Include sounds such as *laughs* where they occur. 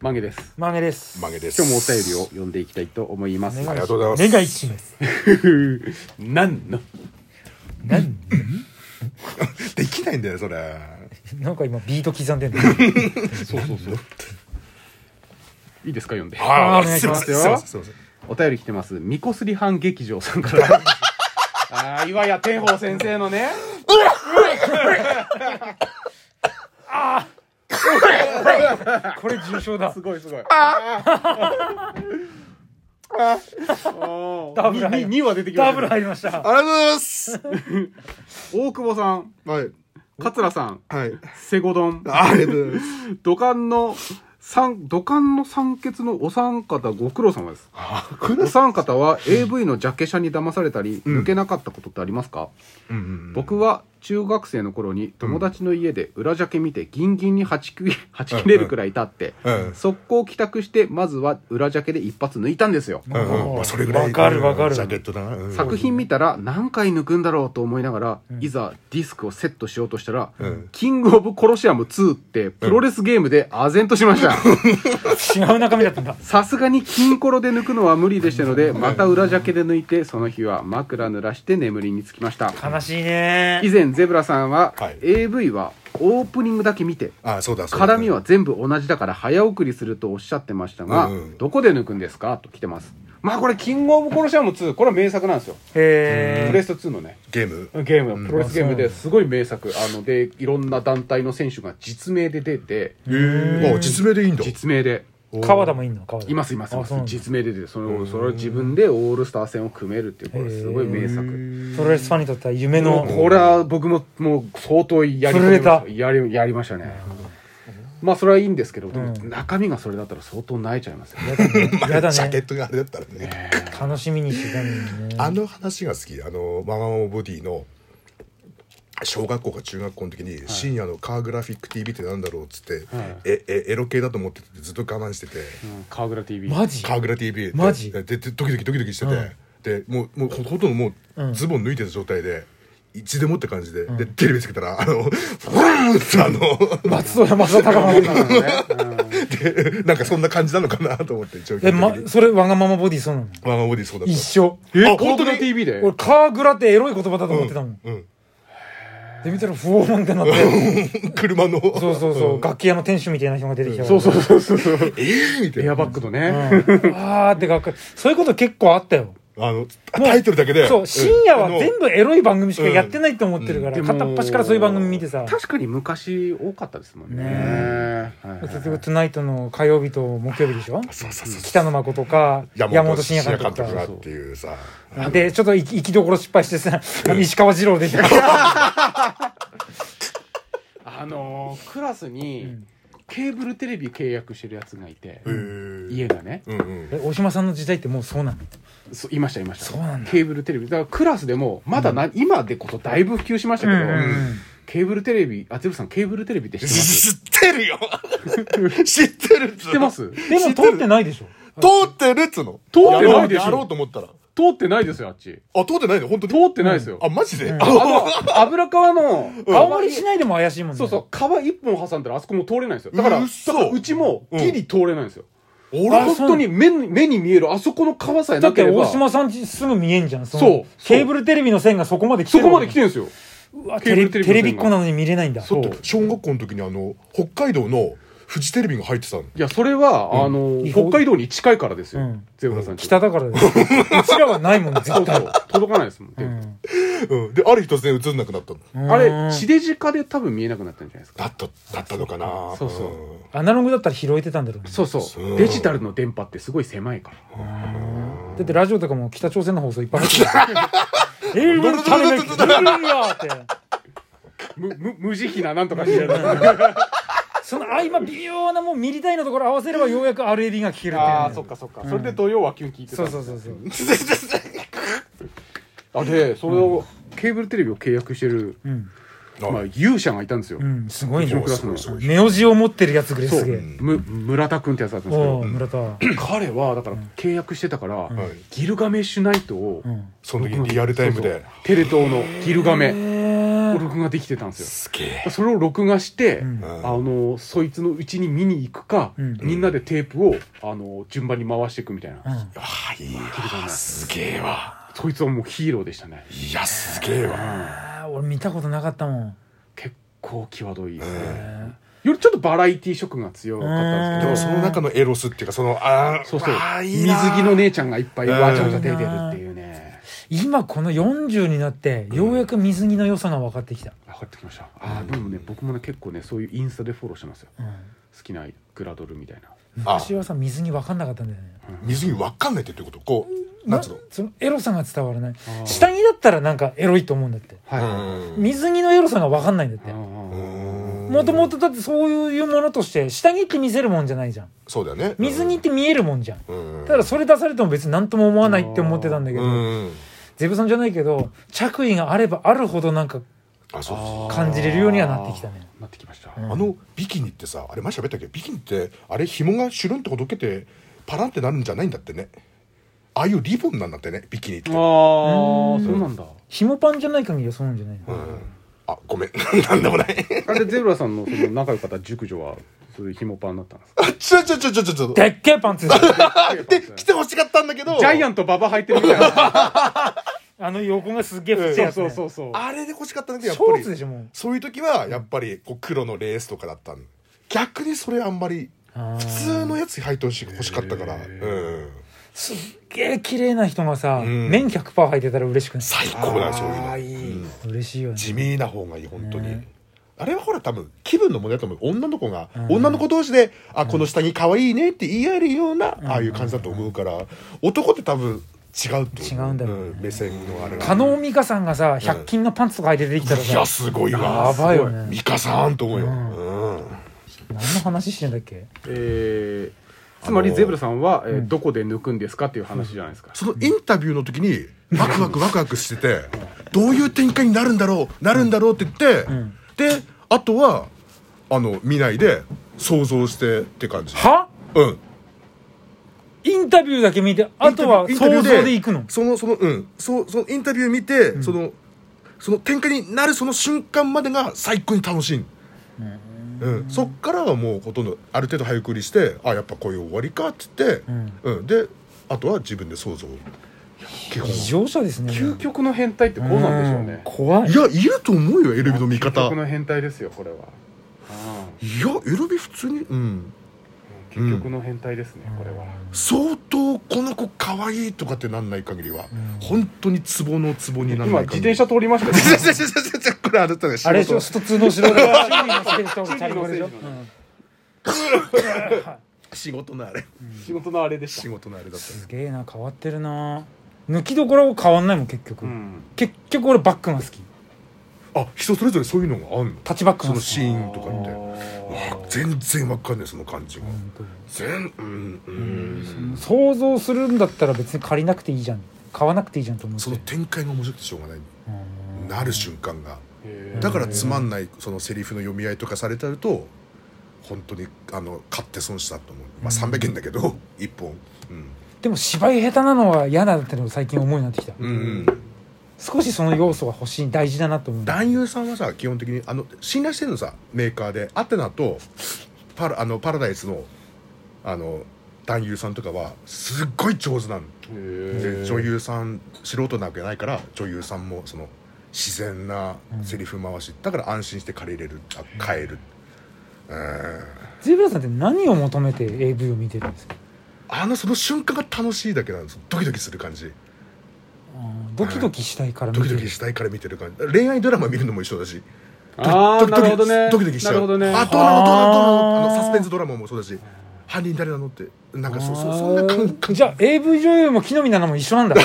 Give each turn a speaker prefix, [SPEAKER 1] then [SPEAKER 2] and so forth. [SPEAKER 1] マゲです。
[SPEAKER 2] マゲです。
[SPEAKER 3] 曲げです
[SPEAKER 1] 今日もお便りを読んでいきたいと思います。
[SPEAKER 3] ありがとうございます
[SPEAKER 2] 願いします。
[SPEAKER 1] なんの
[SPEAKER 2] なん、
[SPEAKER 3] できないんだよそれ
[SPEAKER 2] なんか今ビート刻んでんの。
[SPEAKER 1] そうそうそう。いいですか読んで。
[SPEAKER 2] あーお願い
[SPEAKER 3] す
[SPEAKER 2] し
[SPEAKER 3] いま
[SPEAKER 2] ま
[SPEAKER 1] す
[SPEAKER 3] せんすい
[SPEAKER 1] よ
[SPEAKER 3] ませんすいません
[SPEAKER 1] お便り来てます。みこすり藩劇場さん *laughs* から。ああ、岩屋天宝先生のね。
[SPEAKER 2] これ重
[SPEAKER 1] *laughs*
[SPEAKER 2] 症だ
[SPEAKER 1] す。ごいすごい。あ
[SPEAKER 2] ダブル入る
[SPEAKER 1] にには出てきま
[SPEAKER 2] ダ
[SPEAKER 1] した
[SPEAKER 2] ブ
[SPEAKER 1] ね。
[SPEAKER 2] ル入りました。
[SPEAKER 3] ありがとうございます
[SPEAKER 1] 大久保さん、
[SPEAKER 3] はい
[SPEAKER 1] 桂さん、
[SPEAKER 3] はい
[SPEAKER 1] セゴドン、
[SPEAKER 3] ありがとうございます
[SPEAKER 1] 土管の三、土管の三欠のお三方ご苦労様です。お三方は AV のジャケ写に騙されたり、抜けなかったことってありますか、
[SPEAKER 3] うんうん
[SPEAKER 1] 僕は中学生の頃に友達の家で裏ジャケ見てギンギンにはちき *laughs* はち切れるくらい立って、
[SPEAKER 3] うん
[SPEAKER 1] 速攻帰宅してまずは裏ジャケで一発抜いたんですよ、
[SPEAKER 3] うんうんまあそれぐらい
[SPEAKER 2] わかるわかる
[SPEAKER 3] ジャケットだなうん
[SPEAKER 1] 作品見たら何回抜くんだろうと思いながら、いざディスクをセットしようとしたら、
[SPEAKER 3] うん
[SPEAKER 1] キングオブコロシアム2ってプロレスゲームで唖然としました
[SPEAKER 2] 違う中身だったんだ。
[SPEAKER 1] さすがに金コロで抜くのは無理でしたのでまた裏ジャケで抜いてその日は枕濡らして眠りにつきました
[SPEAKER 2] 悲しいね
[SPEAKER 1] 以。前ゼブラさんは、
[SPEAKER 3] はい
[SPEAKER 1] AV はオープニングだけ見て
[SPEAKER 3] あそうだそうだ
[SPEAKER 1] 絡みは全部同じだから早送りするとおっしゃってましたが、
[SPEAKER 3] うんうん
[SPEAKER 1] どこで抜くんですかと来てますまあこれ「キングオブコロシアム2」これは名作なんですよプ
[SPEAKER 2] へ
[SPEAKER 1] レ
[SPEAKER 2] え。
[SPEAKER 1] ステ2のね
[SPEAKER 3] ゲーム
[SPEAKER 1] ゲームプロレスゲームですごい名作あのでいろんな団体の選手が実名で出て
[SPEAKER 3] あ実名でいいんだ
[SPEAKER 1] 実名で
[SPEAKER 2] 川田もいんの。川田。
[SPEAKER 1] いますいますいま
[SPEAKER 2] あそうな
[SPEAKER 1] す
[SPEAKER 2] んだ
[SPEAKER 1] 実名で出てそれをそれを自分でオールスター戦を組めるっていうこれすごい名作
[SPEAKER 2] プロレスファンにとっては夢の。
[SPEAKER 1] これは僕ももう相当やり込みました
[SPEAKER 2] 震
[SPEAKER 1] やりやりましたねまあそれはいいんですけど、でも
[SPEAKER 2] うん
[SPEAKER 1] 中身がそれだったら相当泣いちゃいますよね
[SPEAKER 2] やだね。 *laughs* やだ
[SPEAKER 3] ジャケッ
[SPEAKER 2] ね。
[SPEAKER 3] トがあれだったらね
[SPEAKER 2] 楽しみにしてたのにね。
[SPEAKER 3] あの話が好きあのママモボディの小学校か中学校の時に深夜のカーグラフィック TV ってなんだろうっつって
[SPEAKER 1] はい
[SPEAKER 3] ええエロ系だと思っててずっと我慢してて
[SPEAKER 1] うん川倉 TV
[SPEAKER 2] マジ。
[SPEAKER 3] カーグラ TV
[SPEAKER 2] マジ
[SPEAKER 3] でででドキドキドキドキしてて、
[SPEAKER 2] うん
[SPEAKER 3] でもうもうほほとんども
[SPEAKER 2] うん
[SPEAKER 3] うズボン脱いてる状態で、いつでもって感じで、でテレビつけたらあのフーンってあ
[SPEAKER 2] *laughs*
[SPEAKER 3] の
[SPEAKER 2] 松戸山正隆も。
[SPEAKER 3] でなんかそんな感じなのかなと思って一応
[SPEAKER 2] え、ま、それわがままボディそうなの。
[SPEAKER 3] ワンオーディそうだっ
[SPEAKER 2] 一
[SPEAKER 3] た
[SPEAKER 2] 緒。
[SPEAKER 1] え
[SPEAKER 3] あ
[SPEAKER 1] 川
[SPEAKER 3] 本当
[SPEAKER 1] 倉
[SPEAKER 3] に
[SPEAKER 1] TV で
[SPEAKER 2] 俺、カーグラってエロい言葉だと思ってたもん。
[SPEAKER 3] うん、
[SPEAKER 2] で、見たら、不穏ってなって。
[SPEAKER 3] 車の
[SPEAKER 2] そうそうそう。楽器屋の店主みたいな人が出てきたから。
[SPEAKER 1] そうそうそうそうそう
[SPEAKER 3] えーみたい
[SPEAKER 1] エ
[SPEAKER 3] な
[SPEAKER 1] アバッグのね、
[SPEAKER 2] うんあーってがっかりそういうこと結構あったよ
[SPEAKER 3] あのタイトルだけで
[SPEAKER 2] そう深夜は全
[SPEAKER 3] 部
[SPEAKER 2] 部エロい番組しかやってないと思ってるか
[SPEAKER 1] う
[SPEAKER 2] ら、
[SPEAKER 1] んでも
[SPEAKER 2] 片っ端からそういう番組見てさ
[SPEAKER 1] 確かに昔多かったですもんね
[SPEAKER 2] ね
[SPEAKER 1] はいはい
[SPEAKER 2] 結局「トゥナイト」の火曜日と木曜日でしょ
[SPEAKER 3] そうそうそう
[SPEAKER 2] 北野誠か山本慎也監督
[SPEAKER 3] 監督が
[SPEAKER 2] か
[SPEAKER 3] っていうさ
[SPEAKER 2] でちょっと行き行きどころ失敗してさあの石川二郎出てきた *laughs*
[SPEAKER 1] あのークラスに
[SPEAKER 2] ん
[SPEAKER 1] ケーブルテレビ契約してるやつがいて、
[SPEAKER 3] へー
[SPEAKER 1] 家がね、
[SPEAKER 3] うんうん
[SPEAKER 2] え大島さんの時代ってもうそうなの
[SPEAKER 1] そいましたいました
[SPEAKER 2] そうなんだ
[SPEAKER 1] ケーブルテレビだからクラスでもまだな、今でこそだいぶ普及しましたけど、
[SPEAKER 2] うんうんうん
[SPEAKER 1] ケーブルテレビあゼブさんケーブルテレビって知ってます
[SPEAKER 2] *laughs*
[SPEAKER 3] 知ってるよ知ってる
[SPEAKER 1] 知ってます
[SPEAKER 2] でも通ってないでしょ
[SPEAKER 3] 通ってるっつうの
[SPEAKER 1] 通ってないでしょ
[SPEAKER 3] やろうと思ったら
[SPEAKER 1] 通ってないですよあっち
[SPEAKER 3] あ通ってないの本当
[SPEAKER 1] 通
[SPEAKER 3] に
[SPEAKER 1] ってないですよ、
[SPEAKER 3] あマジで、
[SPEAKER 1] あの油川の
[SPEAKER 2] 青森市内でも怪しいもんね
[SPEAKER 1] そうそう川一本挟んだらあそこも通れないんですよだから
[SPEAKER 3] うっそう
[SPEAKER 1] だからうちもギリ通れないんですよ、
[SPEAKER 3] 俺
[SPEAKER 1] 本
[SPEAKER 3] は
[SPEAKER 1] 当に目に目に見えるあそこの川さえな
[SPEAKER 2] だっ
[SPEAKER 1] け
[SPEAKER 2] て
[SPEAKER 1] れば
[SPEAKER 2] 大島さんちすぐ見えんじゃんその
[SPEAKER 1] そう
[SPEAKER 2] ケーブルテレビの線がそこまで来て
[SPEAKER 1] そ
[SPEAKER 2] る
[SPEAKER 1] こまで来てるんですよ
[SPEAKER 2] うわ
[SPEAKER 1] ケー
[SPEAKER 2] テ
[SPEAKER 1] ブ
[SPEAKER 2] レ
[SPEAKER 1] ルテレビの線が
[SPEAKER 2] テレビっ子なのに見れないんだ
[SPEAKER 3] そうだって小学校の時にあの北海道のフジテレビが入ってた
[SPEAKER 1] い
[SPEAKER 3] の
[SPEAKER 1] やそれは、あの
[SPEAKER 2] 違法
[SPEAKER 1] 北海道に近いからですよ、
[SPEAKER 2] うん
[SPEAKER 1] ゼブラさんち
[SPEAKER 2] 北だからだようちらはないもん
[SPEAKER 1] *laughs* そ
[SPEAKER 2] 絶
[SPEAKER 1] うそ
[SPEAKER 2] 対
[SPEAKER 1] う届かないですもん、
[SPEAKER 2] うん
[SPEAKER 3] うんである日突然映んなくなったの
[SPEAKER 1] あ
[SPEAKER 2] う
[SPEAKER 1] れ
[SPEAKER 2] ん
[SPEAKER 1] 地デジ化で多分見えなくなったんじゃないですか
[SPEAKER 3] だっただったのかな
[SPEAKER 1] そうそう
[SPEAKER 2] アナログだったら拾えてたんだろうね
[SPEAKER 1] そうそう
[SPEAKER 3] そう
[SPEAKER 1] デジタルの電波ってすごい狭いから
[SPEAKER 2] だってラジオとかも北朝鮮の放送いっぱい入っ
[SPEAKER 1] *laughs*
[SPEAKER 2] てるえー、俺のために来てるよって
[SPEAKER 1] むむ無慈悲ななんとかしてやる
[SPEAKER 2] その合間微妙なもうミリ単位のところ合わせればようやく RAB が聴けるっていう
[SPEAKER 1] *laughs*
[SPEAKER 2] ね
[SPEAKER 1] ああそっかそっか、それで土曜は急に聞いてた
[SPEAKER 2] そうそうそうそう
[SPEAKER 1] *laughs* あでそれを、ケーブルテレビを契約してる、
[SPEAKER 2] ん
[SPEAKER 1] まあ、勇者がいたんですよ、
[SPEAKER 2] うんすごいね
[SPEAKER 1] うちのクラスの
[SPEAKER 2] ネオジオ持ってるやつぐらい
[SPEAKER 1] そ
[SPEAKER 2] す
[SPEAKER 1] う
[SPEAKER 2] げえ
[SPEAKER 1] む村田君ってやつだったんですけ
[SPEAKER 2] お
[SPEAKER 1] ど
[SPEAKER 2] お村田は
[SPEAKER 1] 彼はだから契約してたから、
[SPEAKER 3] ん
[SPEAKER 1] ギルガメッシュナイトを、
[SPEAKER 2] うん
[SPEAKER 3] その時リアルタイムで
[SPEAKER 1] テレ東のギルガメ
[SPEAKER 2] え
[SPEAKER 1] 録画できてたんですよ
[SPEAKER 3] すげえ
[SPEAKER 1] それを録画して、
[SPEAKER 2] うん
[SPEAKER 1] あのそいつのうちに見に行くか、
[SPEAKER 2] うん
[SPEAKER 1] みんなでテープをあの順番に回していくみたいな、
[SPEAKER 2] うん
[SPEAKER 3] あいい
[SPEAKER 1] だ
[SPEAKER 3] わ
[SPEAKER 1] ね
[SPEAKER 3] すげえわ
[SPEAKER 1] そいつはもうヒーローでしたね、
[SPEAKER 3] いやすげえわ
[SPEAKER 2] あー俺見たことなかったもん
[SPEAKER 1] 結構際どいです
[SPEAKER 3] う
[SPEAKER 1] ね、
[SPEAKER 2] え
[SPEAKER 1] よりちょっとバラエティ色が強かったんです
[SPEAKER 3] で
[SPEAKER 1] け
[SPEAKER 2] う
[SPEAKER 1] ど
[SPEAKER 2] ん
[SPEAKER 3] もその中のエロスっていうかそのあー
[SPEAKER 1] そうそう
[SPEAKER 3] あーいい
[SPEAKER 1] 水
[SPEAKER 3] な
[SPEAKER 1] 着の姉ちゃんがいっぱい
[SPEAKER 3] うん
[SPEAKER 1] わちゃわちゃ出てるっていうね
[SPEAKER 2] ー今この40になってようやく水着の良さが分かってきた、
[SPEAKER 1] 分かってきましたあーでもね僕もね結構ねそういうインスタでフォローしてますよ
[SPEAKER 2] うん
[SPEAKER 1] 好きなグラドルみたいな
[SPEAKER 2] 昔はさ水着分かんなかったんだよね
[SPEAKER 3] 水着わかんないってどういうことこうなんつうの
[SPEAKER 2] そのエロさが伝わらない
[SPEAKER 1] ー
[SPEAKER 2] 下着だったらなんかエロいと思うんだって
[SPEAKER 1] は
[SPEAKER 2] 水着のエロさが分かんないんだっ
[SPEAKER 1] い
[SPEAKER 2] て
[SPEAKER 1] あー
[SPEAKER 2] もともとだってそういうものとして下着って見せるもんじゃないじゃん
[SPEAKER 3] そうだよね
[SPEAKER 2] 水着って見えるもんじゃん
[SPEAKER 3] うん
[SPEAKER 2] ただそれ出されても別に何とも思わないって思ってたんだけ
[SPEAKER 3] う
[SPEAKER 2] ど
[SPEAKER 3] ん
[SPEAKER 2] ゼブさんじゃないけど着衣があればあるほどなんか
[SPEAKER 3] あそうそ
[SPEAKER 1] あー
[SPEAKER 2] 感じれるようにはなってきたね
[SPEAKER 1] なってきました、
[SPEAKER 3] うあのビキニってさあれ前喋ったっけビキニってあれ紐がシュルンとほどけてパランってなるんじゃないんだってねああいうリボンなんだってねビキニって
[SPEAKER 1] ああそうなんだ
[SPEAKER 2] 紐パンじゃない限りはそうなんじゃないの
[SPEAKER 3] あごめん *laughs* なんでもない
[SPEAKER 1] あれゼブラさんのその仲良かった熟女はそういう紐パンだったん
[SPEAKER 3] *laughs*
[SPEAKER 1] ですか
[SPEAKER 3] あちょちょちょちょちょちょ
[SPEAKER 2] でっけえパンツです
[SPEAKER 3] *laughs* で来てほしかったんだけど
[SPEAKER 1] ジャイアントババ履いてるみたい
[SPEAKER 3] *laughs*
[SPEAKER 1] な
[SPEAKER 2] あの横がすっげえ太い
[SPEAKER 1] そ
[SPEAKER 2] や
[SPEAKER 1] う
[SPEAKER 2] つ、ね
[SPEAKER 1] そうそうそう
[SPEAKER 3] あれで欲しかったんだけどやっ
[SPEAKER 2] ショ
[SPEAKER 3] ぱ
[SPEAKER 2] ー
[SPEAKER 3] り
[SPEAKER 2] ツでしょもう
[SPEAKER 3] そういう時はやっぱりこう黒のレースとかだったの逆にそれあんまり
[SPEAKER 2] あ
[SPEAKER 3] 普
[SPEAKER 2] ー
[SPEAKER 3] 通のやつ履いてほし欲しかったから、うん、
[SPEAKER 2] すっげえ綺麗な人がさ、
[SPEAKER 3] ん
[SPEAKER 2] 綿100%履いてたら嬉しくない
[SPEAKER 3] 最高だよそう
[SPEAKER 1] あー
[SPEAKER 3] いう
[SPEAKER 1] い
[SPEAKER 3] の
[SPEAKER 1] い
[SPEAKER 2] 嬉しいよね
[SPEAKER 3] 地味な方がいい本当に、
[SPEAKER 2] ね
[SPEAKER 3] あれはほら多分気分の問題だと思う女の子が、女の子同士で「あこの下着可愛いね」って言い合えるような、ああいう感じだと思うから男って多分違うと思
[SPEAKER 2] 違うんだろうね
[SPEAKER 3] 目線のあれが
[SPEAKER 2] 加納美香さんがさ100均のパンツとか履いて出てきたら
[SPEAKER 3] いや
[SPEAKER 2] さ、
[SPEAKER 3] すごい
[SPEAKER 2] や
[SPEAKER 3] わ
[SPEAKER 2] ばいよね
[SPEAKER 3] 美香さんと思うよ、
[SPEAKER 2] うん
[SPEAKER 3] うん
[SPEAKER 2] 何の話してんだっけ
[SPEAKER 1] えーつまりゼブラさんは、えーどこで抜くんですかっていう話じゃないですか、
[SPEAKER 3] そのインタビューの時にワクワクワクワクしててどういう展開になるんだろうなるんだろうって言って、であとはあの見ないで想像してって感じ
[SPEAKER 2] は
[SPEAKER 3] うん
[SPEAKER 2] インタビューだけ見てあとは
[SPEAKER 3] インタビュ
[SPEAKER 2] 想
[SPEAKER 3] ー
[SPEAKER 2] 像で行くの
[SPEAKER 3] そのそのうんそうそのインタビュー見て、そのその展開になるその瞬間までが最高に楽しいうん、そっからはもうほとんどある程度早送りしてあやっぱこういう終わりかっつって、
[SPEAKER 2] ん
[SPEAKER 3] うん、であとは自分で想像基本
[SPEAKER 2] 異常者ですね
[SPEAKER 1] 究極の変態ってこうなんでしょうね
[SPEAKER 2] ん、怖い
[SPEAKER 3] いやいると思うよエルビの見
[SPEAKER 1] 究
[SPEAKER 3] 方
[SPEAKER 1] 極の変態ですよこれはあー
[SPEAKER 3] いやエルビ普通にうん
[SPEAKER 1] 究極の変態ですね、これは
[SPEAKER 3] 相当この子可愛いとかってなんない限りは、本当にツボのツボになら
[SPEAKER 1] 今
[SPEAKER 3] ない
[SPEAKER 1] 自転
[SPEAKER 3] 限り *laughs*
[SPEAKER 1] 車通りました
[SPEAKER 3] 自
[SPEAKER 1] よ
[SPEAKER 3] 転車自転車これあれだね
[SPEAKER 2] あれでしょスト2の城で修理のスペースとチャリコでしょ、
[SPEAKER 1] 修理の
[SPEAKER 2] うん
[SPEAKER 3] 仕事のあれ
[SPEAKER 1] 仕事のあれでし
[SPEAKER 3] 仕
[SPEAKER 1] た、
[SPEAKER 3] 事のあれだった
[SPEAKER 2] すげえな変わってるな抜きどころ変わんないもん結局、
[SPEAKER 1] うん、
[SPEAKER 2] 結局俺バックが好き
[SPEAKER 3] あ人それぞれそういうのがあんの
[SPEAKER 2] タッチバック
[SPEAKER 3] そ
[SPEAKER 2] が
[SPEAKER 3] の
[SPEAKER 2] 好
[SPEAKER 3] シ
[SPEAKER 2] き
[SPEAKER 3] ーンとかって
[SPEAKER 1] あ
[SPEAKER 3] わあ全然わかんないその感じが
[SPEAKER 2] 本当
[SPEAKER 3] 全うんうん
[SPEAKER 2] 想像するんだったら別に借りなくていいじゃん買わなくていいじゃんと思って
[SPEAKER 3] その展開が面白くてしょうがない
[SPEAKER 2] うん
[SPEAKER 3] なる瞬間が
[SPEAKER 1] へー
[SPEAKER 3] だからつまんないそのセリフの読み合いとかされたると本当にあの買って損したと思う、まあ、300円だけど1本
[SPEAKER 2] でも芝居下手なのは嫌だってのが最近思いになってきた、
[SPEAKER 3] うん、うん、
[SPEAKER 2] 少しその要素が欲しい大事だなと思う
[SPEAKER 3] 男優さんはさ基本的にあの信頼してるのさメーカーでアテナとパラあのパラダイスのあの男優さんとかはすっごい上手な
[SPEAKER 1] へ
[SPEAKER 3] ので
[SPEAKER 1] ー
[SPEAKER 3] 女優さん素人なわけないから女優さんもその自然なセリフ回し、だから安心して借りれるあ買えるうん
[SPEAKER 2] ゼブラさんって何を求めて AV を見てるんですか
[SPEAKER 3] あのその瞬間が楽しいだけなんですドキドキする感じ
[SPEAKER 2] うんドキドキしたいから見
[SPEAKER 3] ド
[SPEAKER 2] て
[SPEAKER 3] キ
[SPEAKER 2] る
[SPEAKER 3] ドキしたいから見てる感じ恋愛ドラマ見るのも一緒だし
[SPEAKER 1] あー
[SPEAKER 3] ドキ
[SPEAKER 1] なるほ
[SPEAKER 3] ドキ
[SPEAKER 1] どね
[SPEAKER 3] ドキドキしちゃう
[SPEAKER 1] なるほどね
[SPEAKER 3] あどうなのどうなのどうなのあ
[SPEAKER 2] あー
[SPEAKER 3] のサスペンスドラマもそうだし犯人誰なのってなんかそそ
[SPEAKER 2] あー
[SPEAKER 3] そんな感感じ
[SPEAKER 2] じゃあ AV 女優も木の実なのも一緒なんだう